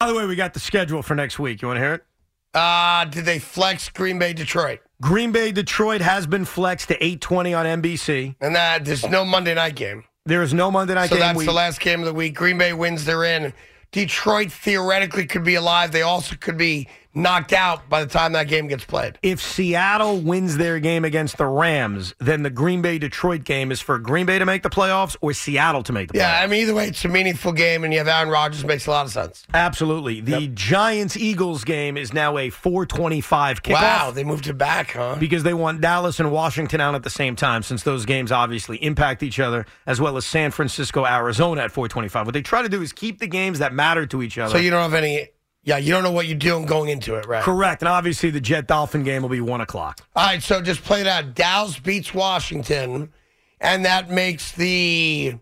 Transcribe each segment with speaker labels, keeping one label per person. Speaker 1: By the way, we got the schedule for next week. You want to hear it?
Speaker 2: Uh, did they flex Green Bay, Detroit?
Speaker 1: Green Bay Detroit has been flexed to 8:20 on NBC.
Speaker 2: And that there's no Monday night game.
Speaker 1: There is no Monday night
Speaker 2: so
Speaker 1: game.
Speaker 2: that's
Speaker 1: week.
Speaker 2: the last game of the week. Green Bay wins, they're in. Detroit theoretically could be alive. They also could be knocked out by the time that game gets played.
Speaker 1: if Seattle wins their game against the Rams, then the Green Bay Detroit game is for Green Bay to make the playoffs or Seattle to make the
Speaker 2: Yeah,
Speaker 1: playoffs.
Speaker 2: I mean either way, it's a meaningful game, and you have Aaron Rodgers makes a lot of sense.
Speaker 1: Absolutely. The Giants Eagles game is now a 425 kickoff.
Speaker 2: Wow, they moved it back, huh?
Speaker 1: because they want Dallas and Washington out at the same time, since those games obviously impact each other, as well as San Francisco, Arizona at 425. What they try to do is keep the games that matter to each other.
Speaker 2: So you don't have any. Yeah, you don't know what you're doing going into it, right?
Speaker 1: Correct. And obviously, the Jet Dolphin game will be 1 o'clock.
Speaker 2: All right, so just played out. Dallas beats Washington, and that makes the.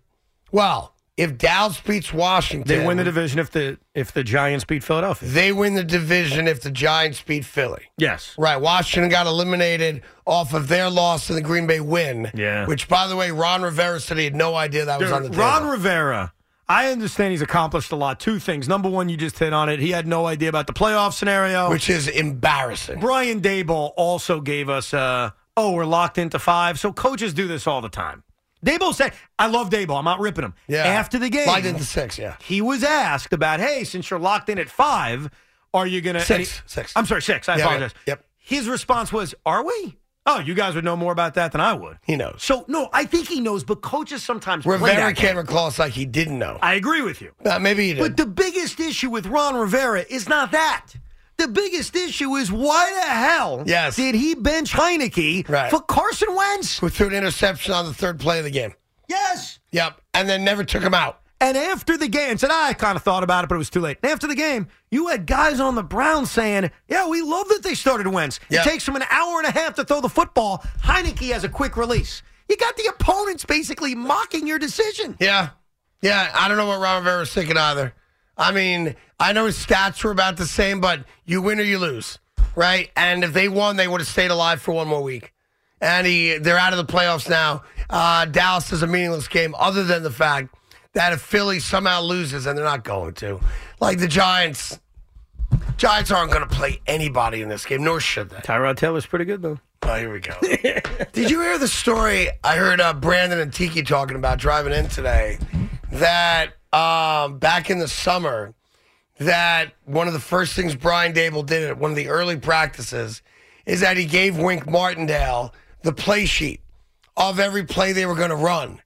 Speaker 2: Well, if Dallas beats Washington,
Speaker 1: They win the division if the if the Giants beat Philadelphia.
Speaker 2: They win the division if the Giants beat Philly.
Speaker 1: Yes.
Speaker 2: Right, Washington got eliminated off of their loss to the Green Bay win.
Speaker 1: Yeah.
Speaker 2: Which, by the way, Ron Rivera said he had no idea that was on the table.
Speaker 1: Ron Rivera, I understand he's accomplished a lot. Two things. Number one, you just hit on it. He had no idea about the playoff scenario.
Speaker 2: which is embarrassing.
Speaker 1: Brian Dayball also gave us, uh, oh, we're locked into five. So coaches do this all the time. Dayball said, I love Dayball. I'm not ripping him.
Speaker 2: Yeah.
Speaker 1: After the game,
Speaker 2: Locked into six, yeah.
Speaker 1: he was asked about, hey, since you're locked in at five, are you going to.
Speaker 2: Six, six.
Speaker 1: I'm sorry, six. I
Speaker 2: Yeah,
Speaker 1: apologize.
Speaker 2: yeah, yep.
Speaker 1: His response was, are we? Oh, you guys would know more about that than I would.
Speaker 2: He knows.
Speaker 1: So, no, I think he knows, but coaches sometimes play
Speaker 2: Rivera
Speaker 1: that
Speaker 2: can't
Speaker 1: game.
Speaker 2: recall us like he didn't know.
Speaker 1: I agree with you.
Speaker 2: Uh, maybe he did.
Speaker 1: But the biggest issue with Ron Rivera is not that. The biggest issue is why the hell
Speaker 2: Yes.
Speaker 1: did he bench Heineke
Speaker 2: Right.
Speaker 1: for Carson Wentz?
Speaker 2: who threw an interception on the third play of the game.
Speaker 1: Yes.
Speaker 2: Yep. And then never took him out.
Speaker 1: And after the game, and said I kind of thought about it, but it was too late. And after the game, you had guys on the Browns saying, "Yeah, we love that they started Wentz.
Speaker 2: Yeah.
Speaker 1: It takes them an hour and a half to throw the football. Heineke has a quick release. You got the opponents basically mocking your decision.
Speaker 2: Yeah. Yeah. I don't know what Ron Rivera's thinking either. I mean, I know his stats were about the same, but you win or you lose. Right? And if they won, they would have stayed alive for one more week. And he they're out of the playoffs now. Uh, Dallas is a meaningless game, other than the fact that if Philly somehow loses and they're not going to. Like the Giants Giants aren't gonna play anybody in this game, nor should they.
Speaker 1: Tyrod Taylor's pretty good though.
Speaker 2: Oh, here we go. Did you hear the story I heard uh, Brandon and Tiki talking about driving in today? That um, back in the summer, that one of the first things Brian Dable did at one of the early practices is that he gave Wink Martindale the play sheet of every play they were going to run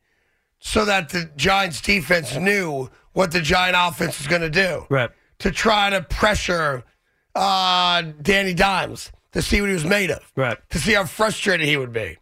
Speaker 2: so that the Giants defense knew what the Giant offense was going to do
Speaker 1: Right.
Speaker 2: to try to pressure uh, Danny Dimes to see what he was made of,
Speaker 1: Right. Hmm.
Speaker 2: To see how frustrated he would be.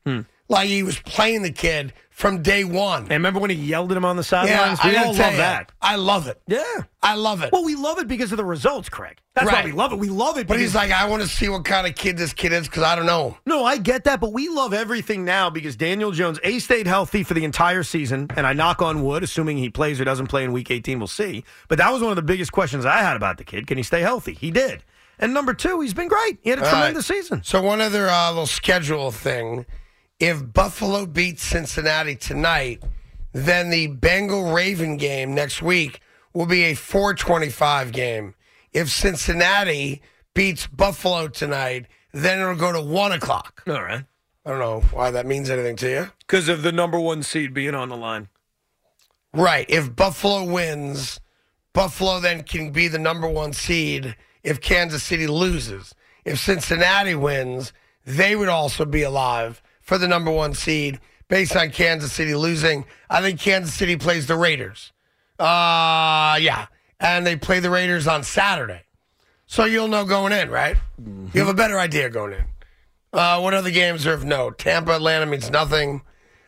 Speaker 2: Like he was playing the kid from day one.
Speaker 1: And remember when he yelled at him on the
Speaker 2: yeah,
Speaker 1: sidelines?
Speaker 2: I
Speaker 1: we
Speaker 2: gotta
Speaker 1: all
Speaker 2: tell
Speaker 1: love
Speaker 2: ya,
Speaker 1: that.
Speaker 2: I love it.
Speaker 1: Yeah.
Speaker 2: I love it.
Speaker 1: Well, we love it because of the results, Craig. That's
Speaker 2: Right.
Speaker 1: why we love it. We love it.
Speaker 2: but he's
Speaker 1: because-
Speaker 2: like, I want to see what kind of kid this kid is because I don't know him.
Speaker 1: no, I get that, but we love everything now because Daniel Jones a stayed healthy for the entire season, and I knock on wood, assuming he plays or doesn't play in Week 18, we'll see. But that was one of the biggest questions I had about the kid: Can he stay healthy? He did. And number two, he's been great. He had a
Speaker 2: All
Speaker 1: tremendous
Speaker 2: right.
Speaker 1: season.
Speaker 2: So one other uh, little schedule thing: if Buffalo beats Cincinnati tonight, then the Bengal Raven game next week will be a 4:25 game. If Cincinnati beats Buffalo tonight, then it'll go to one o'clock.
Speaker 1: All right,
Speaker 2: I don't know why that means anything to you.
Speaker 1: because of the number one seed being on the line.
Speaker 2: Right. If Buffalo wins, Buffalo then can be the number one seed if Kansas City loses. If Cincinnati wins, they would also be alive for the number one seed based on Kansas City losing. I think Kansas City plays the Raiders. Uh, yeah. And they play the Raiders on Saturday. So you'll know going in, right? You have a better idea going in. Uh, what other games are of note? Tampa, Atlanta means nothing.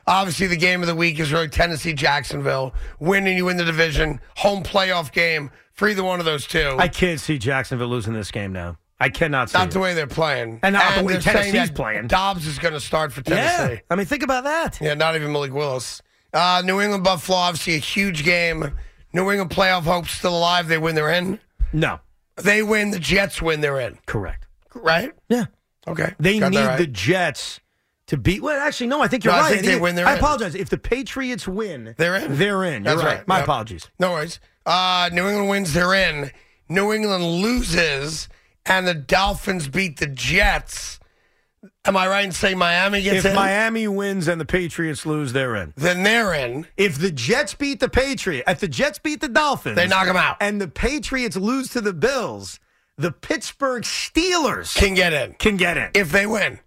Speaker 2: Obviously, the game of the week is really Tennessee, Jacksonville. Win and you win the division. Home playoff game for either one of those two.
Speaker 1: I can't see Jacksonville losing this game now. I cannot see
Speaker 2: not
Speaker 1: it.
Speaker 2: the way they're playing.
Speaker 1: And not the way
Speaker 2: they're saying
Speaker 1: Tennessee's
Speaker 2: that
Speaker 1: playing.
Speaker 2: Dobbs is going to start for Tennessee.
Speaker 1: yeah. I mean, think about that.
Speaker 2: Yeah, not even Malik Willis. Uh, New England Buffalo, obviously a huge game. New England playoff hopes still alive. They win, they're in.
Speaker 1: No.
Speaker 2: They win, the Jets win, they're in.
Speaker 1: Correct.
Speaker 2: Right?
Speaker 1: Yeah.
Speaker 2: Okay.
Speaker 1: They
Speaker 2: Got
Speaker 1: need
Speaker 2: that right.
Speaker 1: the Jets to beat. Well, actually, no. I think you're
Speaker 2: No, I
Speaker 1: right.
Speaker 2: think they win, they're
Speaker 1: I
Speaker 2: in.
Speaker 1: apologize. If the Patriots win,
Speaker 2: They're in.
Speaker 1: They're in. You're
Speaker 2: That's
Speaker 1: right.
Speaker 2: right.
Speaker 1: My
Speaker 2: Yep.
Speaker 1: apologies.
Speaker 2: No worries. Uh, New England wins, they're in. New England loses, and the Dolphins beat the Jets. Am I right in saying Miami gets
Speaker 1: if
Speaker 2: in?
Speaker 1: Miami wins and the Patriots lose, they're in.
Speaker 2: then they're in.
Speaker 1: If the Jets beat the Patriots, if the Jets beat the Dolphins,
Speaker 2: They knock 'em out.
Speaker 1: and the Patriots lose to the Bills, the Pittsburgh Steelers
Speaker 2: Can get in
Speaker 1: can get in.
Speaker 2: if they win.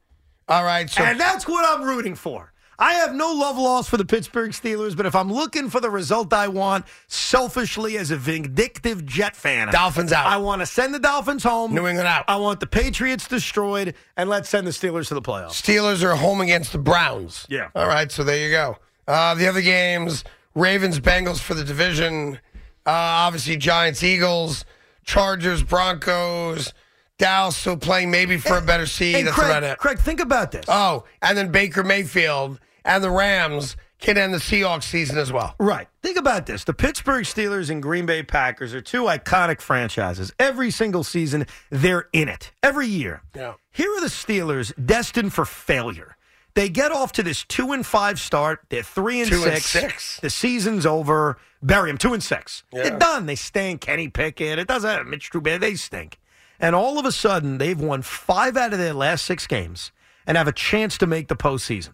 Speaker 2: All right. So
Speaker 1: and that's what I'm rooting for. I have no love loss for the Pittsburgh Steelers, but if I'm looking for the result I want, selfishly as a vindictive Jet fan,
Speaker 2: Dolphins out.
Speaker 1: I want to send the Dolphins home.
Speaker 2: New England out.
Speaker 1: I want the Patriots destroyed, and let's send the Steelers to the playoffs.
Speaker 2: Steelers are home against the Browns.
Speaker 1: Yeah.
Speaker 2: All right, so there you go. Uh, the other games: Ravens, Bengals for the division. Uh, obviously, Giants, Eagles, Chargers, Broncos. Dallas still playing maybe for a better seed.
Speaker 1: Hey,
Speaker 2: That's
Speaker 1: Craig,
Speaker 2: about it.
Speaker 1: Craig, think about this.
Speaker 2: Oh, and then Baker Mayfield and the Rams can end the Seahawks season as well.
Speaker 1: Right. Think about this. The Pittsburgh Steelers and Green Bay Packers are two iconic franchises. Every single season, they're in it. Every year.
Speaker 2: Yeah.
Speaker 1: Here are the Steelers destined for failure. They get off to this two and five start. They're three and
Speaker 2: Two and
Speaker 1: six.
Speaker 2: six.
Speaker 1: The season's over. Bury them. Two and six.
Speaker 2: Yeah.
Speaker 1: They're done. They stink. Kenny Pickett. It doesn't matter. Mitch Trubisky. They stink. And all of a sudden, they've won five out of their last six games and have a chance to make the postseason.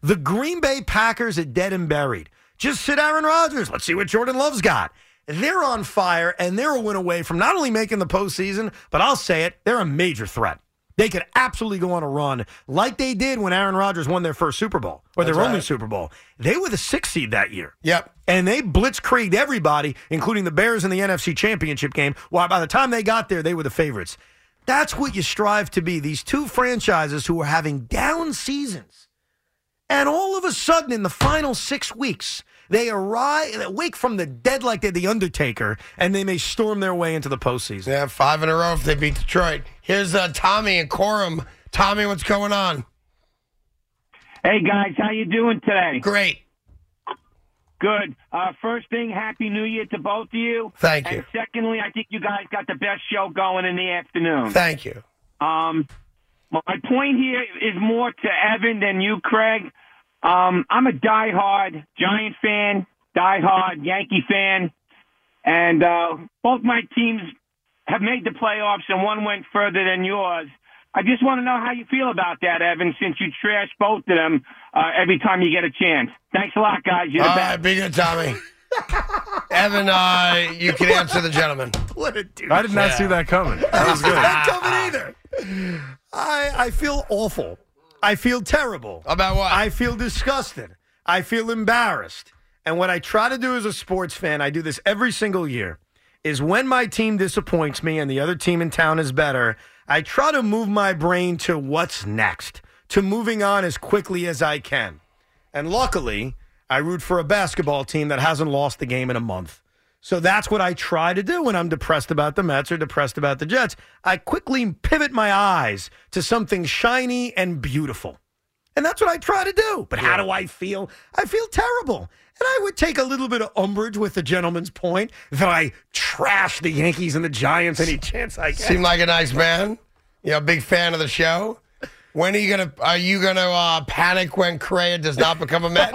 Speaker 1: The Green Bay Packers are dead and buried. Just sit Aaron Rodgers. Let's see what Jordan Love's got. They're on fire, and they're a win away from not only making the postseason, but I'll say it, they're a major threat. They could absolutely go on a run like they did when Aaron Rodgers won their first Super Bowl or their only Super Bowl. They were the sixth seed that year.
Speaker 2: Yep.
Speaker 1: And they blitzkrieged everybody, including the Bears in the NFC Championship game. While by the time they got there, they were the favorites. That's what you strive to be. These two franchises who are having down seasons. And all of a sudden, in the final six weeks, they arrive, they wake from the dead like they're the Undertaker, and they may storm their way into the postseason.
Speaker 2: Yeah, five in a row if they beat Detroit. Here's uh, Tommy and Corum. Tommy, what's going on?
Speaker 3: Hey guys, how you doing today?
Speaker 2: Great.
Speaker 3: Good. Uh, first thing, happy New Year to both of you.
Speaker 2: Thank you.
Speaker 3: And secondly, I think you guys got the best show going in the afternoon.
Speaker 2: Thank you.
Speaker 3: Um, my point here is more to Evan than you, Craig. Um, I'm a diehard Giant fan, diehard Yankee fan, and uh, both my teams have made the playoffs, and one went further than yours. I just want to know how you feel about that, Evan, since you trash both of them uh, every time you get a chance. Thanks a lot, guys. You're the
Speaker 4: Uh,
Speaker 2: All
Speaker 3: best.
Speaker 2: right, be good, Tommy. Evan, uh, you can answer the gentleman.
Speaker 1: What a dude.
Speaker 4: I did not
Speaker 2: Yeah.
Speaker 4: see that coming.
Speaker 1: I was not coming either. I, I feel awful. I feel terrible.
Speaker 2: About what?
Speaker 1: I feel disgusted. I feel embarrassed. And what I try to do as a sports fan, I do this every single year, is when my team disappoints me and the other team in town is better, I try to move my brain to what's next, to moving on as quickly as I can. And luckily, I root for a basketball team that hasn't lost the game in a month. So that's what I try to do when I'm depressed about the Mets or depressed about the Jets. I quickly pivot my eyes to something shiny and beautiful. And that's what I try to do. But how do I feel? I feel terrible. And I would take a little bit of umbrage with the gentleman's point that I trash the Yankees and the Giants any chance I get.
Speaker 2: Seem like a nice man. You know, big fan of the show. When are you gonna? Are you gonna uh, panic when Correa does not become a Met?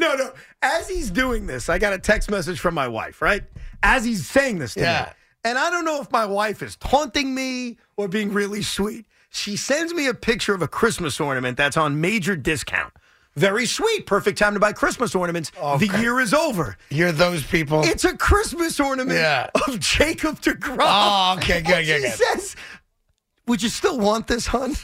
Speaker 1: no, no. As he's doing this, I got a text message from my wife, right? As he's saying this to me.
Speaker 2: Yeah.
Speaker 1: And I don't know if my wife is taunting me or being really sweet. She sends me a picture of a Christmas ornament that's on major discount Very sweet. Perfect time to buy Christmas ornaments. The
Speaker 2: Okay.
Speaker 1: year is over.
Speaker 2: You're those people.
Speaker 1: It's a Christmas ornament
Speaker 2: Yeah.
Speaker 1: of Jacob DeGrom.
Speaker 2: Oh, okay, good,
Speaker 1: And
Speaker 2: good,
Speaker 1: she
Speaker 2: good.
Speaker 1: says, "Would you still want this, hun?"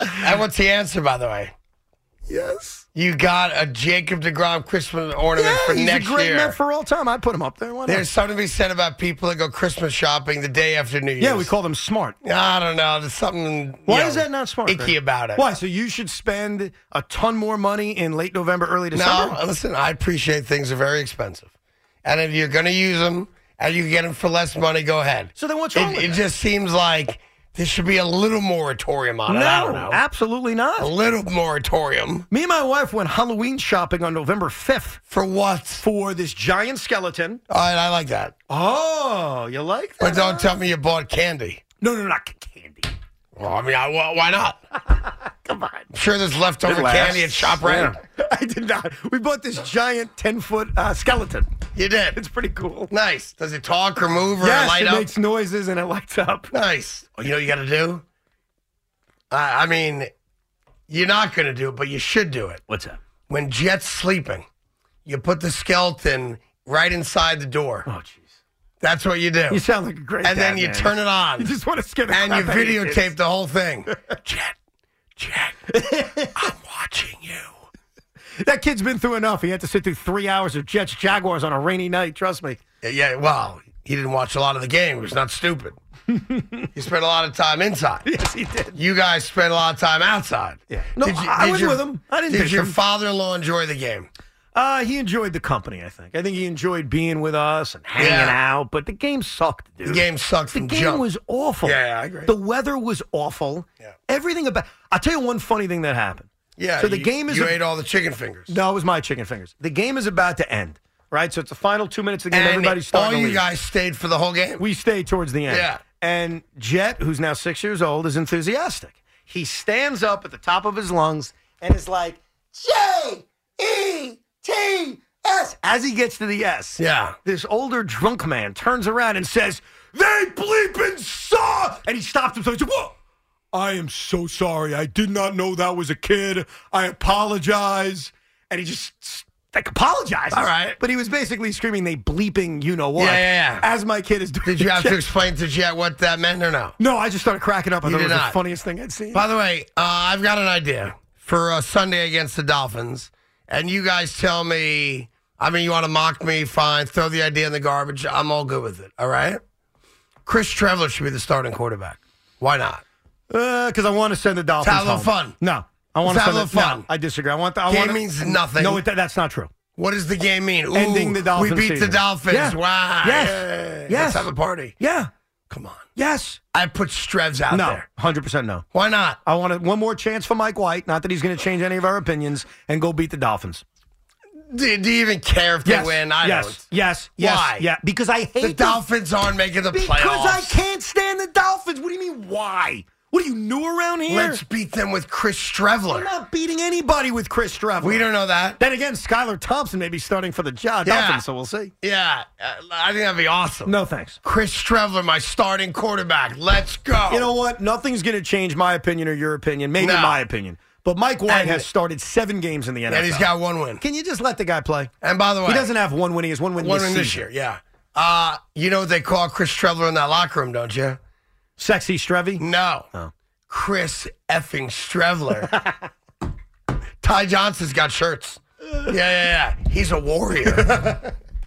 Speaker 2: and what's the answer, by the way?
Speaker 1: yes.
Speaker 2: You got a Jacob DeGrom Christmas ornament
Speaker 1: Yeah,
Speaker 2: for
Speaker 1: he's
Speaker 2: next
Speaker 1: a great
Speaker 2: year.
Speaker 1: man for all time. I put him up there. Why not?
Speaker 2: There's something to be said about people that go Christmas shopping the day after New Year's.
Speaker 1: yeah, we call them smart.
Speaker 2: I don't know. There's something.
Speaker 1: Why
Speaker 2: you know,
Speaker 1: is that not smart?
Speaker 2: Icky
Speaker 1: Greg?
Speaker 2: about it.
Speaker 1: Why? So you should spend a ton more money in late November, early December.
Speaker 2: No, listen. I appreciate things are very expensive, and if you're going to use them and you can get them for less money, go ahead.
Speaker 1: So then what's wrong with
Speaker 2: It, it
Speaker 1: that?
Speaker 2: just seems like there should be a little moratorium on it. I don't know.
Speaker 1: absolutely
Speaker 2: A
Speaker 1: not.
Speaker 2: little moratorium
Speaker 1: Me and my wife went Halloween shopping on November 5th
Speaker 2: for what?
Speaker 1: for this giant skeleton.
Speaker 2: All right, I like that.
Speaker 1: Oh, you like that?
Speaker 2: But don't tell me you bought candy.
Speaker 1: No, no, not candy.
Speaker 2: Well, I mean, I, wh- why not?
Speaker 1: Come on.
Speaker 2: I'm sure there's leftover
Speaker 1: It lasts.
Speaker 2: candy at ShopRite.
Speaker 1: I did not. We bought this giant 10 foot uh, skeleton.
Speaker 2: You did.
Speaker 1: It's pretty cool.
Speaker 2: Nice. Does it talk or move or
Speaker 1: Yes,
Speaker 2: light
Speaker 1: it
Speaker 2: up?
Speaker 1: makes noises and it lights up.
Speaker 2: Nice. Oh, you know what you got to do? I I mean, you're not going to do it, but you should do it.
Speaker 1: What's up?
Speaker 2: When Jet's sleeping, you put the skeleton right inside the door.
Speaker 1: Oh, jeez.
Speaker 2: That's what you do.
Speaker 1: You sound like a great
Speaker 2: and then
Speaker 1: dad,
Speaker 2: you
Speaker 1: man.
Speaker 2: turn it on
Speaker 1: You just want to scare the
Speaker 2: and you
Speaker 1: crap out of your kids.
Speaker 2: videotape the whole thing. Jet, Jet, I'm watching you.
Speaker 1: That kid's been through enough. He had to sit through three hours of Jets Jaguars on a rainy night. Trust me.
Speaker 2: Yeah, well, he didn't watch a lot of the game. He was not stupid. he spent a lot of time inside.
Speaker 1: Yes, he did.
Speaker 2: You guys spent a lot of time outside.
Speaker 1: Yeah. No, I- I was with him. I didn't
Speaker 2: Did
Speaker 1: ditch
Speaker 2: your
Speaker 1: him.
Speaker 2: father-in-law enjoy the game?
Speaker 1: Uh, he enjoyed the company. I think. I think he enjoyed being with us and hanging
Speaker 2: Yeah.
Speaker 1: out. But the game sucked, dude.
Speaker 2: The game sucked
Speaker 1: The
Speaker 2: from
Speaker 1: game
Speaker 2: jump.
Speaker 1: was awful.
Speaker 2: Yeah, yeah, I agree.
Speaker 1: The weather was awful.
Speaker 2: Yeah.
Speaker 1: Everything about. I'll tell you one funny thing that happened.
Speaker 2: yeah.
Speaker 1: So the
Speaker 2: you-
Speaker 1: game is
Speaker 2: You
Speaker 1: a-
Speaker 2: ate all the chicken fingers.
Speaker 1: No, it was my chicken fingers. The game is about to end, right? So it's the final two minutes of the game.
Speaker 2: and
Speaker 1: Everybody's
Speaker 2: all
Speaker 1: starting to
Speaker 2: you
Speaker 1: leave.
Speaker 2: guys stayed for the whole game.
Speaker 1: We stayed towards the end.
Speaker 2: Yeah.
Speaker 1: And Jet, who's now six years old, is enthusiastic. He stands up at the top of his lungs and is like, J E T S. As he gets to the S,
Speaker 2: yeah.
Speaker 1: this older drunk man turns around and says, They bleeping saw! And he stops himself. He said, Whoa! I am so sorry. I did not know that was a kid. I apologize. And he just like apologizes.
Speaker 2: All right.
Speaker 1: But he was basically screaming, they bleeping, you know what.
Speaker 2: Yeah, yeah, yeah.
Speaker 1: As my kid is doing.
Speaker 2: Did you have
Speaker 1: Jet-
Speaker 2: to explain to Jet what that meant or no?
Speaker 1: no, I just started cracking up. I
Speaker 2: You
Speaker 1: thought it
Speaker 2: did
Speaker 1: was the
Speaker 2: not.
Speaker 1: funniest thing I'd seen.
Speaker 2: By the way, uh, I've got an idea for uh, Sunday against the Dolphins, and you guys tell me. I mean, you want to mock me? Fine, throw the idea in the garbage. I'm all good with it. All right. Chris Trevor should be the starting quarterback. Why not?
Speaker 1: Because Uh, I want to send the Dolphins
Speaker 2: Have a
Speaker 1: home.
Speaker 2: little fun.
Speaker 1: No, I want to
Speaker 2: Have a
Speaker 1: send the,
Speaker 2: little fun.
Speaker 1: No, I disagree. I want the I
Speaker 2: Game
Speaker 1: wanna-
Speaker 2: means nothing.
Speaker 1: No, it, that's not true.
Speaker 2: What does the game mean? Ooh,
Speaker 1: Ending the Dolphins
Speaker 2: We beat
Speaker 1: season.
Speaker 2: the Dolphins.
Speaker 1: Yeah.
Speaker 2: Wow.
Speaker 1: Yes.
Speaker 2: Yeah.
Speaker 1: Yes.
Speaker 2: Let's have a party.
Speaker 1: Yeah.
Speaker 2: Come on.
Speaker 1: Yes.
Speaker 2: I put Strevs out
Speaker 1: No.
Speaker 2: there.
Speaker 1: Hundred percent no.
Speaker 2: Why not?
Speaker 1: I want to, one more chance for Mike White. Not that he's going to change any of our opinions and go beat the Dolphins.
Speaker 2: Do, do you even care if
Speaker 1: Yes.
Speaker 2: they win? I
Speaker 1: yes.
Speaker 2: don't.
Speaker 1: Yes. Yes.
Speaker 2: Why?
Speaker 1: Yeah. Because I hate
Speaker 2: The Dolphins aren't making the
Speaker 1: Because
Speaker 2: playoffs.
Speaker 1: I can't stand the Dolphins. What do you mean? Why? What are you new around here?
Speaker 2: Let's beat them with Chris
Speaker 1: We're
Speaker 2: Strevler.
Speaker 1: not beating anybody with Chris Trevor.
Speaker 2: We don't know that.
Speaker 1: Then again, Skylar Thompson may be starting for the job.
Speaker 2: Yeah.
Speaker 1: Dolphins, so we'll see.
Speaker 2: Yeah, uh, I think that'd be awesome.
Speaker 1: No thanks.
Speaker 2: Chris Strevler, my starting quarterback. Let's go.
Speaker 1: You know what? Nothing's going to change my opinion or your opinion, maybe
Speaker 2: No.
Speaker 1: my opinion. But Mike White
Speaker 2: And-
Speaker 1: has started seven games in the NFL.
Speaker 2: and he's got one win.
Speaker 1: Can you just let the guy play?
Speaker 2: And by the way,
Speaker 1: He doesn't have one win. He has one win,
Speaker 2: one
Speaker 1: this,
Speaker 2: win this
Speaker 1: season.
Speaker 2: year. Yeah. Uh, you know what they call Chris Strevler in that locker room, don't you?
Speaker 1: Sexy Strevy.
Speaker 2: No. Chris effing Strevler. Ty Johnson's got shirts. Yeah, yeah, yeah. He's a warrior.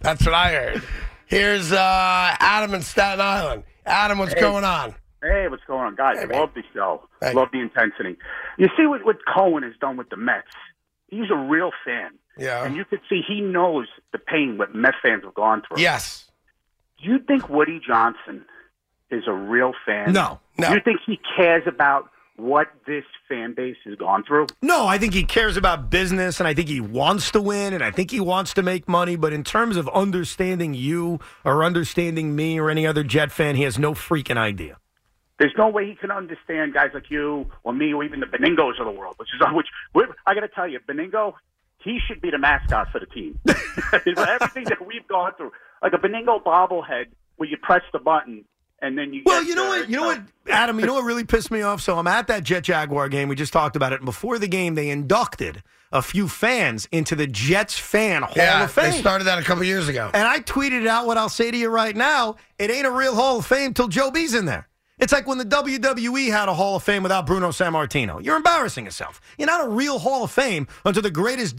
Speaker 2: That's what I heard. Here's uh, Adam in Staten Island. Adam, what's going on?
Speaker 4: Hey, what's going on, guys?
Speaker 2: Hey, man.
Speaker 4: Love the show.
Speaker 2: Hey.
Speaker 4: Love the intensity. You see what, what Cohen has done with the Mets. He's a real fan.
Speaker 2: Yeah.
Speaker 4: And you could see he knows the pain what Mets fans have gone through.
Speaker 2: Yes.
Speaker 4: Do you think Woody Johnson is a real fan?
Speaker 1: No.
Speaker 2: No.
Speaker 4: Do you think he cares about what this fan base has gone through?
Speaker 1: No, I think he cares about business and I think he wants to win and I think he wants to make money. But in terms of understanding you or understanding me or any other Jet fan, he has no freaking idea.
Speaker 4: There's no way he can understand guys like you or me or even the Beningos of the world, which is which we're- I got to tell you, Beningo, he should be the mascot for the team. For Everything that we've gone through, like a Beningo bobblehead, where you press the button and then you.
Speaker 1: Well,
Speaker 4: get
Speaker 1: you know
Speaker 4: the-
Speaker 1: what? You know what, Adam? You know what really pissed me off? So I'm at that Jet Jaguar game. We just talked about it. And before the game, they inducted a few fans into the Jets Fan Hall
Speaker 2: Yeah,
Speaker 1: of Fame.
Speaker 2: they started that a couple years ago.
Speaker 1: and I tweeted out what I'll say to you right now. It ain't a real Hall of Fame till Joe B's in there. It's like when the WWE had a Hall of Fame without Bruno Sammartino. You're embarrassing yourself. You're not a real Hall of Fame until the greatest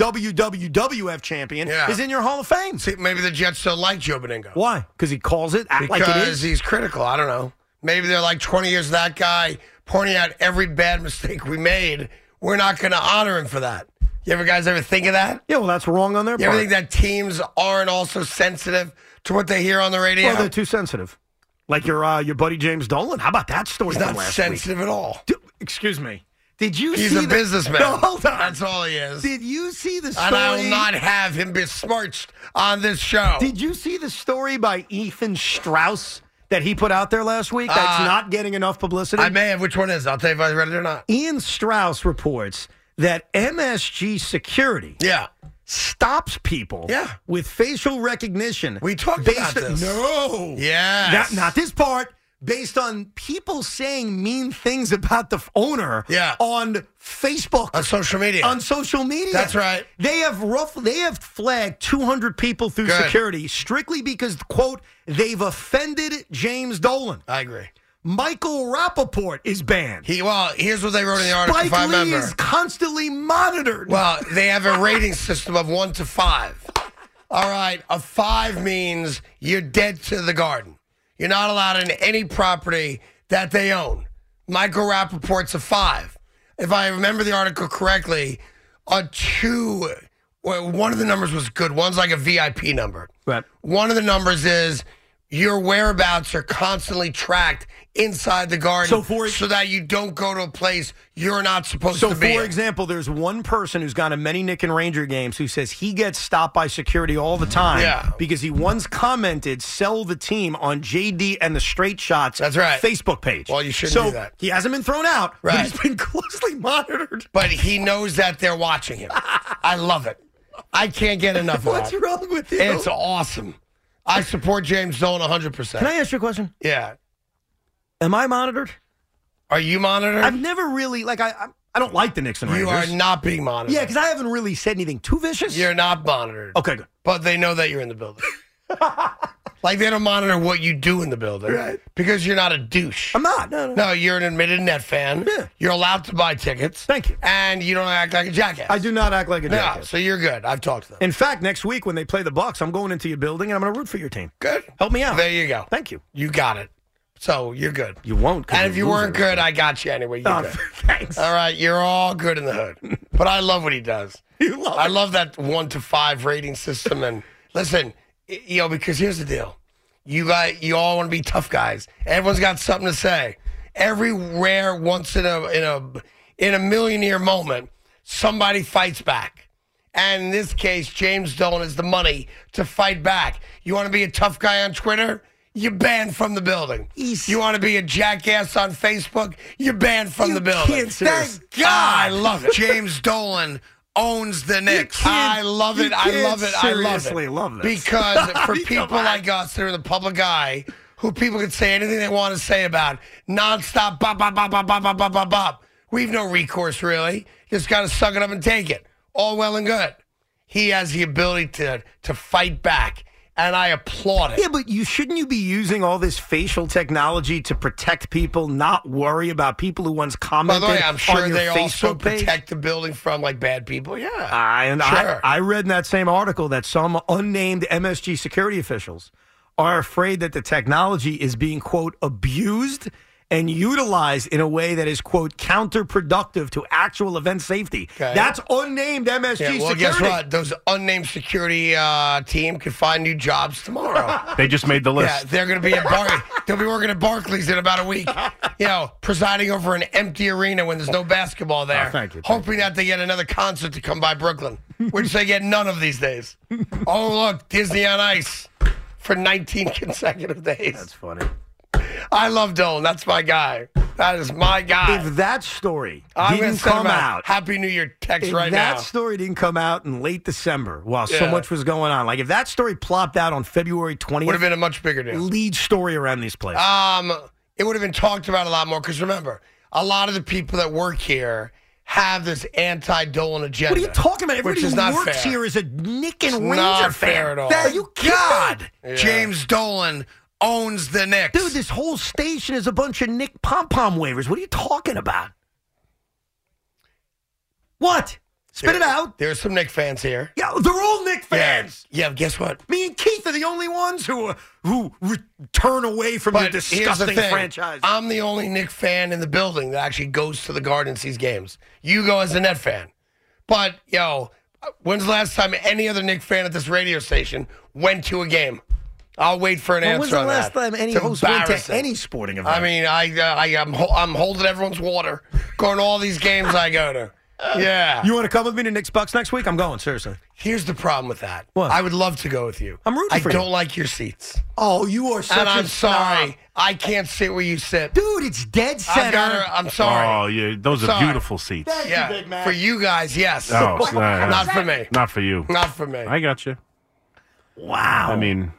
Speaker 1: WWWF champion
Speaker 2: Yeah.
Speaker 1: is in your Hall of Fame.
Speaker 2: See, maybe the Jets don't like Joe Beningo
Speaker 1: Why? Because he calls it, act
Speaker 2: because
Speaker 1: like it is.
Speaker 2: he's critical. I don't know. Maybe they're like 20 years of that guy pointing out every bad mistake we made. We're not going to honor him for that. You ever guys ever think of that?
Speaker 1: yeah, well, that's wrong on their
Speaker 2: You
Speaker 1: part.
Speaker 2: ever think that teams aren't also sensitive to what they hear on the radio?
Speaker 1: Well, they're too sensitive. Like your uh, your buddy James Dolan. How about that story
Speaker 2: He's
Speaker 1: from
Speaker 2: not
Speaker 1: last week?
Speaker 2: sensitive at all.
Speaker 1: D- excuse me. Did you
Speaker 2: He's
Speaker 1: see
Speaker 2: a
Speaker 1: the-
Speaker 2: businessman.
Speaker 1: No, hold on.
Speaker 2: That's all he is.
Speaker 1: Did you see the story?
Speaker 2: and I will not have him besmirched on this show.
Speaker 1: Did you see the story by Ethan Strauss that he put out there last week? That's
Speaker 2: Uh,
Speaker 1: not getting enough publicity.
Speaker 2: I may have. Which one is? it? I'll tell you if I read it or not.
Speaker 1: Ian Strauss reports that MSG security
Speaker 2: Yeah.
Speaker 1: stops people
Speaker 2: Yeah.
Speaker 1: with facial recognition.
Speaker 2: We talked
Speaker 1: based
Speaker 2: about this.
Speaker 1: No.
Speaker 2: Yes.
Speaker 1: Not, not this part. Based on people saying mean things about the f- owner
Speaker 2: Yeah.
Speaker 1: on Facebook,
Speaker 2: On social media.
Speaker 1: on social media.
Speaker 2: That's right.
Speaker 1: They have rough. They have flagged 200 people through
Speaker 2: Good.
Speaker 1: security strictly because quote they've offended James Dolan.
Speaker 2: I agree.
Speaker 1: Michael Rappaport is banned.
Speaker 2: He well, here's what they wrote in the article. if I
Speaker 1: Spike Lee
Speaker 2: remember.
Speaker 1: is constantly monitored.
Speaker 2: Well, they have a rating system of one to five. All right, a five means you're dead to the garden. You're not allowed in any property that they own. Michael Rappaport's a five. If I remember the article correctly, a two, well, one of the numbers was good. One's like a VIP number.
Speaker 1: Right.
Speaker 2: One of the numbers is your whereabouts are constantly tracked inside the garden
Speaker 1: So for-
Speaker 2: so that you don't go to a place you're not supposed
Speaker 1: So,
Speaker 2: to
Speaker 1: for
Speaker 2: be. in.
Speaker 1: example, there's one person who's gone to many Nick and Ranger games who says he gets stopped by security all the time
Speaker 2: Yeah.
Speaker 1: because he once commented, sell the team on JD and the Straight Shots
Speaker 2: That's right.
Speaker 1: Facebook page.
Speaker 2: Well, you shouldn't
Speaker 1: so
Speaker 2: do that.
Speaker 1: He hasn't been thrown out, but
Speaker 2: Right.
Speaker 1: he's been closely monitored.
Speaker 2: but he knows that they're watching him. I love it. I can't get enough of
Speaker 1: What's
Speaker 2: that.
Speaker 1: wrong with you?
Speaker 2: It's awesome. I support James Dolan 100%.
Speaker 1: Can I ask you a question?
Speaker 2: yeah.
Speaker 1: Am I monitored?
Speaker 2: Are you monitored?
Speaker 1: I've never really, like, I I'm- I don't like the Knicks and
Speaker 2: you are
Speaker 1: Rangers.
Speaker 2: not being monitored.
Speaker 1: yeah, Oh. because I haven't really said anything too vicious.
Speaker 2: You're not monitored.
Speaker 1: okay, good.
Speaker 2: But they know that you're in the building. like they don't monitor what you do in the building. Right. Because you're not a douche.
Speaker 1: I'm not. No, no.
Speaker 2: no, you're an admitted net fan.
Speaker 1: Yeah.
Speaker 2: You're allowed to buy tickets.
Speaker 1: Thank you.
Speaker 2: And you don't act like a jackass.
Speaker 1: I do not act like a
Speaker 2: No,
Speaker 1: jackass.
Speaker 2: so you're good. I've talked to them.
Speaker 1: In fact, next week when they play the Bucks, I'm going into your building and I'm going to root for your team.
Speaker 2: Good.
Speaker 1: Help me out.
Speaker 2: There you go.
Speaker 1: Thank you.
Speaker 2: You got it. So you're good.
Speaker 1: You won't. 'cause
Speaker 2: And if you
Speaker 1: lose
Speaker 2: weren't
Speaker 1: everything.
Speaker 2: good, I got you anyway. You're
Speaker 1: Oh,
Speaker 2: good.
Speaker 1: thanks.
Speaker 2: All right, you're all good in the hood. But I love what he does.
Speaker 1: You love
Speaker 2: I
Speaker 1: it.
Speaker 2: love that one to five rating system. And listen, y- you know, because here's the deal: you got you all want to be tough guys. Everyone's got something to say. Every rare once in a in a in a million year moment, somebody fights back. And in this case, James Dolan is the money to fight back. You want to be a tough guy on Twitter? You're banned from the building.
Speaker 1: He's-
Speaker 2: You want to be a jackass on Facebook? You're banned from
Speaker 1: You
Speaker 2: the building.
Speaker 1: can't say this.
Speaker 2: Thank God. I love it. James Dolan owns the Knicks.
Speaker 1: can't-
Speaker 2: I love
Speaker 1: you
Speaker 2: it. I
Speaker 1: can't
Speaker 2: love it. I love
Speaker 1: seriously
Speaker 2: it.
Speaker 1: love this.
Speaker 2: Because for
Speaker 1: Come
Speaker 2: people
Speaker 1: on.
Speaker 2: like us that are the public eye, who people can say anything they want to say about, nonstop, bop, bop, bop, bop, bop, bop, bop, bop, bop. We've no recourse, really. Just got to suck it up and take it. All well and good. He has the ability to, to fight back, and I applaud it.
Speaker 1: Yeah, but you shouldn't you be using all this facial technology to protect people, not worry about people who once
Speaker 2: By
Speaker 1: commented
Speaker 2: the way, I'm sure
Speaker 1: on your
Speaker 2: they
Speaker 1: Facebook
Speaker 2: also
Speaker 1: page?
Speaker 2: protect the building from like bad people. Yeah.
Speaker 1: I, and
Speaker 2: Sure.
Speaker 1: I, I read in that same article that some unnamed MSG security officials are afraid that the technology is being, quote, abused and utilized in a way that is, quote, counterproductive to actual event safety.
Speaker 2: Okay.
Speaker 1: That's unnamed MSG
Speaker 2: Yeah, well,
Speaker 1: security.
Speaker 2: guess what? Those unnamed security uh, team could find new jobs tomorrow.
Speaker 5: They just made the list.
Speaker 2: yeah, they're going to be at Bar. they'll be working at Barclays in about a week. You know, presiding over an empty arena when there's no basketball there.
Speaker 1: Oh, thank you, thank
Speaker 2: hoping that they get another concert to come by Brooklyn, which they get none of these days. oh, look, Disney on Ice for 19 consecutive days.
Speaker 1: That's funny.
Speaker 2: I love Dolan. That's my guy. That is my guy.
Speaker 1: If that story
Speaker 2: I'm gonna
Speaker 1: didn't
Speaker 2: send
Speaker 1: come
Speaker 2: him a
Speaker 1: out,
Speaker 2: Happy New Year text
Speaker 1: if
Speaker 2: right
Speaker 1: that
Speaker 2: now.
Speaker 1: story didn't come out in late December while so
Speaker 2: Yeah.
Speaker 1: much was going on, like if that story plopped out on February
Speaker 2: would have
Speaker 1: 20th,
Speaker 2: been a much bigger deal.
Speaker 1: lead story around these places.
Speaker 2: Um, it would have been talked about a lot more because remember, a lot of the people that work here have this anti-Dolan agenda.
Speaker 1: what are you talking about? Everybody
Speaker 2: which is
Speaker 1: who
Speaker 2: not
Speaker 1: works
Speaker 2: fair.
Speaker 1: here is a Nick and
Speaker 2: It's
Speaker 1: Ranger
Speaker 2: not
Speaker 1: fan.
Speaker 2: fair at all.
Speaker 1: Are you kidding me?
Speaker 5: God,
Speaker 2: Yeah.
Speaker 5: James Dolan owns the Knicks.
Speaker 1: Dude, this whole station is a bunch of Nick pom pom waivers. What are you talking about? What? Spit it out.
Speaker 2: There's some Nick fans here.
Speaker 1: Yeah, they're all Nick fans.
Speaker 2: Yeah, but guess what?
Speaker 1: Me and Keith are the only ones who uh, who re- turn away from your
Speaker 2: But here's the
Speaker 1: disgusting
Speaker 2: thing.
Speaker 1: franchise.
Speaker 2: I'm the only Nick fan in the building that actually goes to the Garden and sees games. You go as a Net fan. But, yo, when's the last time any other Nick fan at this radio station went to a game? I'll wait for an
Speaker 1: When
Speaker 2: answer
Speaker 1: was the
Speaker 2: on
Speaker 1: last
Speaker 2: that.
Speaker 1: time any
Speaker 2: It's
Speaker 1: host went to
Speaker 2: embarrassing.
Speaker 1: any sporting event?
Speaker 2: I mean, I, uh, I I'm, ho- I'm holding everyone's water, going to all these games I go to. Yeah.
Speaker 1: you want to come with me to Nick's Bucks next week? I'm going seriously.
Speaker 2: Here's the problem with that.
Speaker 1: What?
Speaker 2: I would love to go with you.
Speaker 1: I'm rooting
Speaker 2: I
Speaker 1: for you.
Speaker 2: don't like your seats,
Speaker 1: Oh, you are such
Speaker 2: and
Speaker 1: a
Speaker 2: I'm
Speaker 1: snob.
Speaker 2: sorry. I can't sit where you sit.
Speaker 1: dude. It's dead
Speaker 2: I
Speaker 1: center.
Speaker 2: gotta, I'm sorry.
Speaker 6: Oh, yeah. Those are
Speaker 2: Sorry.
Speaker 6: beautiful seats.
Speaker 1: Thank
Speaker 2: yeah,
Speaker 1: you, Big Mac.
Speaker 2: for you guys, yes.
Speaker 6: Oh, it's not,
Speaker 2: Not for me.
Speaker 6: Not for you.
Speaker 2: Not for me.
Speaker 6: I got you.
Speaker 1: Wow.
Speaker 6: I mean,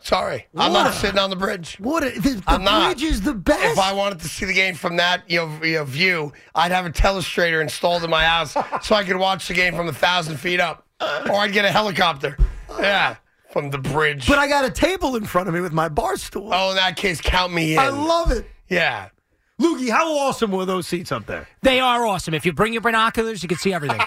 Speaker 2: Sorry, I'm
Speaker 1: What
Speaker 2: not
Speaker 1: a-
Speaker 2: sitting on the bridge.
Speaker 1: what? A, the the
Speaker 2: I'm not.
Speaker 1: bridge is the best.
Speaker 2: If I wanted to see the game from that you know, you know, view, I'd have a telestrator installed in my house so I could watch the game from a thousand feet up, or I'd get a helicopter. Yeah, from the bridge.
Speaker 1: but I got a table in front of me with my bar stool.
Speaker 2: oh, in that case, count me in.
Speaker 1: I love it.
Speaker 2: Yeah.
Speaker 1: Loogie, how awesome were those seats up there?
Speaker 7: They are awesome. If you bring your binoculars, you can see everything.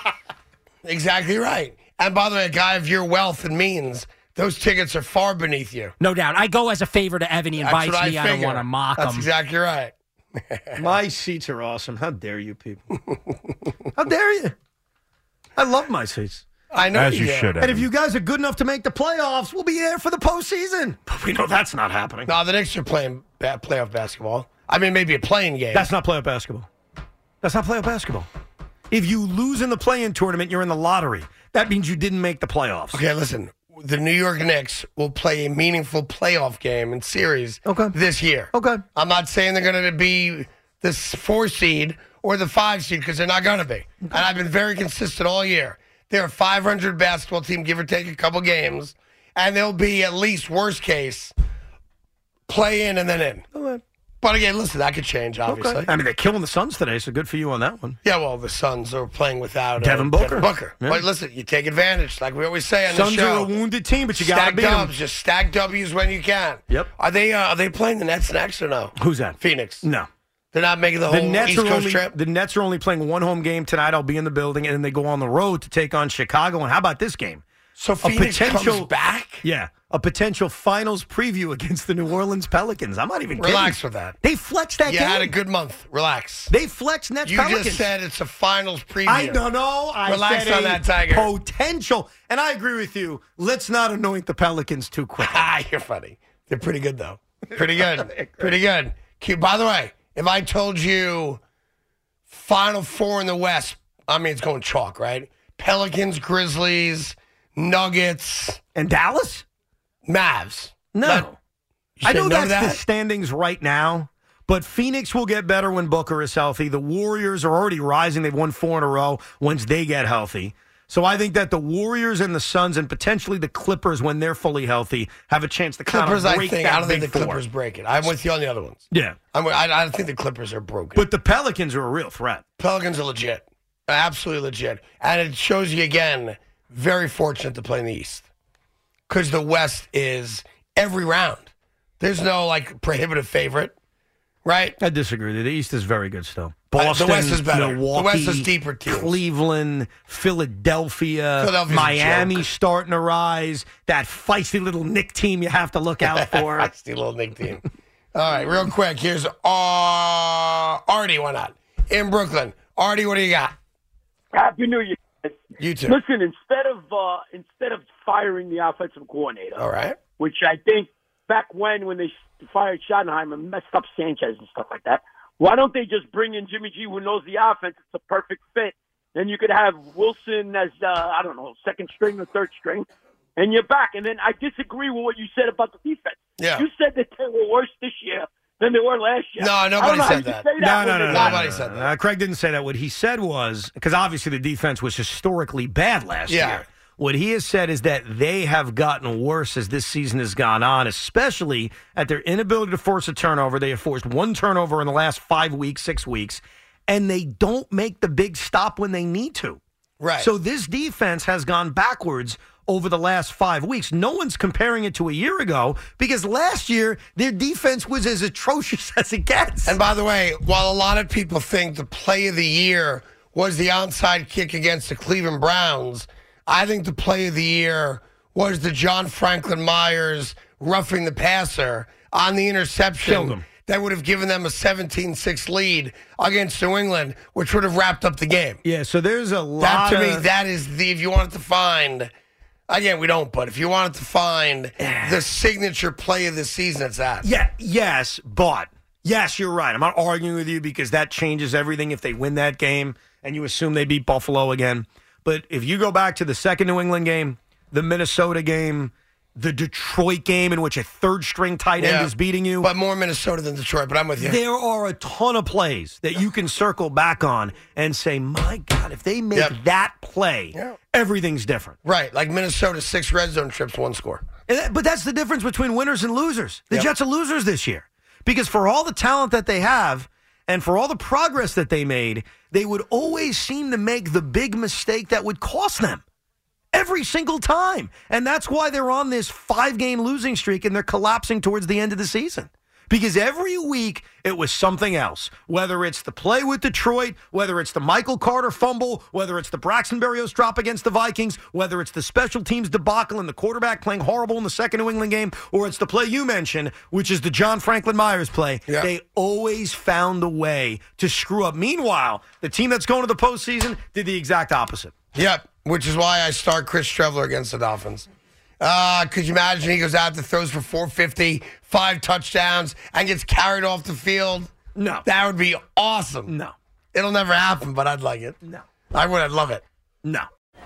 Speaker 2: Exactly right. And by the way, a guy of your wealth and means, those tickets are far beneath you.
Speaker 7: No doubt. I go as a favor to Evan. He
Speaker 2: That's
Speaker 7: invites
Speaker 2: what
Speaker 7: me.
Speaker 2: I
Speaker 7: I, don't
Speaker 2: figure.
Speaker 7: want to mock
Speaker 2: That's
Speaker 7: him.
Speaker 2: exactly right.
Speaker 1: My seats are awesome. How dare you people? How dare you? I love my seats.
Speaker 2: I know.
Speaker 6: as you
Speaker 2: do.
Speaker 6: should have.
Speaker 1: And if you guys are good enough to make the playoffs, we'll be there for the postseason. But we know that's not happening.
Speaker 2: No, the Knicks are playing ba- playoff basketball. I mean, maybe a playing game.
Speaker 1: That's not playoff basketball. That's not playoff basketball. If you lose in the play-in tournament, you're in the lottery. That means you didn't make the playoffs.
Speaker 2: okay, listen. The New York Knicks will play a meaningful playoff game and series
Speaker 1: Okay.
Speaker 2: this year.
Speaker 1: Okay.
Speaker 2: I'm not saying they're going to be the four seed or the five seed because they're not going to be. And I've been very consistent all year. They're a 500 basketball team, give or take a couple games, and they'll be at least worst case play in and then in.
Speaker 1: Okay.
Speaker 2: But again, listen, that could change, obviously.
Speaker 1: I mean, they're killing the Suns today, so good for you on that one.
Speaker 2: Yeah, well, the Suns are playing without uh,
Speaker 1: Devin Booker.
Speaker 2: Booker.
Speaker 1: Yeah.
Speaker 2: But listen, you take advantage, like we always say on
Speaker 1: Suns
Speaker 2: the show.
Speaker 1: are a wounded team, but you got to
Speaker 2: stack
Speaker 1: beat them.
Speaker 2: dubs, just stack W's when you can.
Speaker 1: Yep.
Speaker 2: Are they uh, are they playing the Nets next or no?
Speaker 1: Who's that?
Speaker 2: Phoenix.
Speaker 1: No.
Speaker 2: They're not making the
Speaker 1: The
Speaker 2: whole
Speaker 1: Nets,
Speaker 2: East
Speaker 1: are
Speaker 2: Coast
Speaker 1: only,
Speaker 2: trip.
Speaker 1: the Nets are only playing one home game tonight. I'll be in the building, and then they go on the road to take on Chicago. And how about this game?
Speaker 2: so Phoenix
Speaker 1: potential-
Speaker 2: comes back.
Speaker 1: Yeah, a potential finals preview against the New Orleans Pelicans. I'm not even kidding.
Speaker 2: Relax with that.
Speaker 1: They flexed that
Speaker 2: You
Speaker 1: game.
Speaker 2: had a good month. Relax.
Speaker 1: they flexed Nets
Speaker 2: you
Speaker 1: Pelicans.
Speaker 2: just said it's a finals preview.
Speaker 1: I don't know. I
Speaker 2: Relax
Speaker 1: said
Speaker 2: on
Speaker 1: a
Speaker 2: that, Tiger.
Speaker 1: Potential, and I agree with you. Let's not anoint the Pelicans too quickly.
Speaker 2: Ah, you're funny. They're pretty good though. Pretty good. pretty good. Keep, by the way, if I told you Final Four in the West, I mean it's going chalk, right? Pelicans, Grizzlies, Nuggets,
Speaker 1: and Dallas?
Speaker 2: Mavs.
Speaker 1: No.
Speaker 2: Not- You
Speaker 1: I
Speaker 2: said
Speaker 1: know
Speaker 2: no
Speaker 1: that's
Speaker 2: to
Speaker 1: the standings right now, but Phoenix will get better when Booker is healthy. The Warriors are already rising. They've won four in a row once they get healthy. So I think that the Warriors and the Suns and potentially the Clippers, when they're fully healthy, have a chance to kind
Speaker 2: Clippers.
Speaker 1: of
Speaker 2: I
Speaker 1: break
Speaker 2: think
Speaker 1: that
Speaker 2: I don't think the
Speaker 1: big four.
Speaker 2: Clippers break it. I'm with you on the other ones.
Speaker 1: Yeah.
Speaker 2: I'm, with- I, I don't think the Clippers are broken.
Speaker 1: But the Pelicans are a real threat.
Speaker 2: Pelicans are legit, absolutely legit, and it shows you again. Very fortunate to play in the East because the West is every round. There's no like prohibitive favorite, right?
Speaker 1: I disagree. The East is very good still.
Speaker 2: Uh,
Speaker 1: Boston,
Speaker 2: the West is better. The
Speaker 1: Milwaukee,
Speaker 2: West is deeper teams.
Speaker 1: Cleveland, Philadelphia,
Speaker 2: Philadelphia's a
Speaker 1: Miami
Speaker 2: joke.
Speaker 1: starting to rise. That feisty little Nick team you have to look out for.
Speaker 2: That's the little Nick team. All right, real quick. Here's uh, Artie. Why not in Brooklyn? Artie, what do you got?
Speaker 8: Happy New Year.
Speaker 2: You too.
Speaker 8: Listen, instead of uh, instead of firing the offensive coordinator,
Speaker 2: All right.
Speaker 8: which I think back when when they fired Schottenheimer messed up Sanchez and stuff like that. Why don't they just bring in Jimmy G, who knows the offense? It's a perfect fit. Then you could have Wilson as uh, I don't know second string or third string, and you're back. And then I disagree with what you said about the defense.
Speaker 2: Yeah.
Speaker 8: You said that they were worse this year than they were last year. I don't know how you can say that
Speaker 1: No,
Speaker 8: when
Speaker 1: no, no,
Speaker 8: they
Speaker 1: no,
Speaker 8: got-
Speaker 1: no, no, no. Uh, Craig didn't say that. What he said was because obviously the defense was historically bad last
Speaker 2: Yeah.
Speaker 1: year. What he has said is that they have gotten worse as this season has gone on, especially at their inability to force a turnover. They have forced one turnover in the last five weeks, six weeks, and they don't make the big stop when they need to.
Speaker 2: Right.
Speaker 1: So this defense has gone backwards over the last five weeks. No one's comparing it to a year ago because last year their defense was as atrocious as it gets.
Speaker 2: And by the way, while a lot of people think the play of the year was the onside kick against the Cleveland Browns, I think the play of the year was the John Franklin Myers roughing the passer on the
Speaker 1: Killed
Speaker 2: interception
Speaker 1: him.
Speaker 2: that would have given them a 17 6 lead against New England, which would have wrapped up the game.
Speaker 1: Yeah, so there's a
Speaker 2: That
Speaker 1: lot
Speaker 2: to me,
Speaker 1: of-
Speaker 2: that is the, if you wanted to find, again, we don't, but if you wanted to find the signature play of the season, it's that.
Speaker 1: Yeah, yes, but yes, you're right. I'm not arguing with you because that changes everything if they win that game and you assume they beat Buffalo again. But if you go back to the second New England game, the Minnesota game, the Detroit game in which a third string tight
Speaker 2: Yeah.
Speaker 1: end is beating you.
Speaker 2: But more Minnesota than Detroit, but I'm with you.
Speaker 1: There are a ton of plays that you can circle back on and say, my God, if they make that play, everything's different.
Speaker 2: Right, like Minnesota, six red zone trips, one score.
Speaker 1: And that- but that's the difference between winners and losers. The Jets are losers this year because for all the talent that they have and for all the progress that they made, they would always seem to make the big mistake that would cost them every single time. And that's why they're on this five game losing streak and they're collapsing towards the end of the season. Because every week it was something else. Whether it's the play with Detroit, whether it's the Michael Carter fumble, whether it's the Braxton Berrios drop against the Vikings, whether it's the special teams debacle and the quarterback playing horrible in the second New England game, or it's the play you mentioned, which is the John Franklin Myers play. They always found a way to screw up. Meanwhile, the team that's going to the postseason did the exact opposite.
Speaker 2: Yep, which is why I start Chris Trevler against the Dolphins. Uh, could you imagine he goes out there, throws for 450, five touchdowns, and gets carried off the field?
Speaker 1: No.
Speaker 2: That would be awesome.
Speaker 1: No.
Speaker 2: It'll never happen, but I'd like it. No. I would. I'd love it.
Speaker 1: No.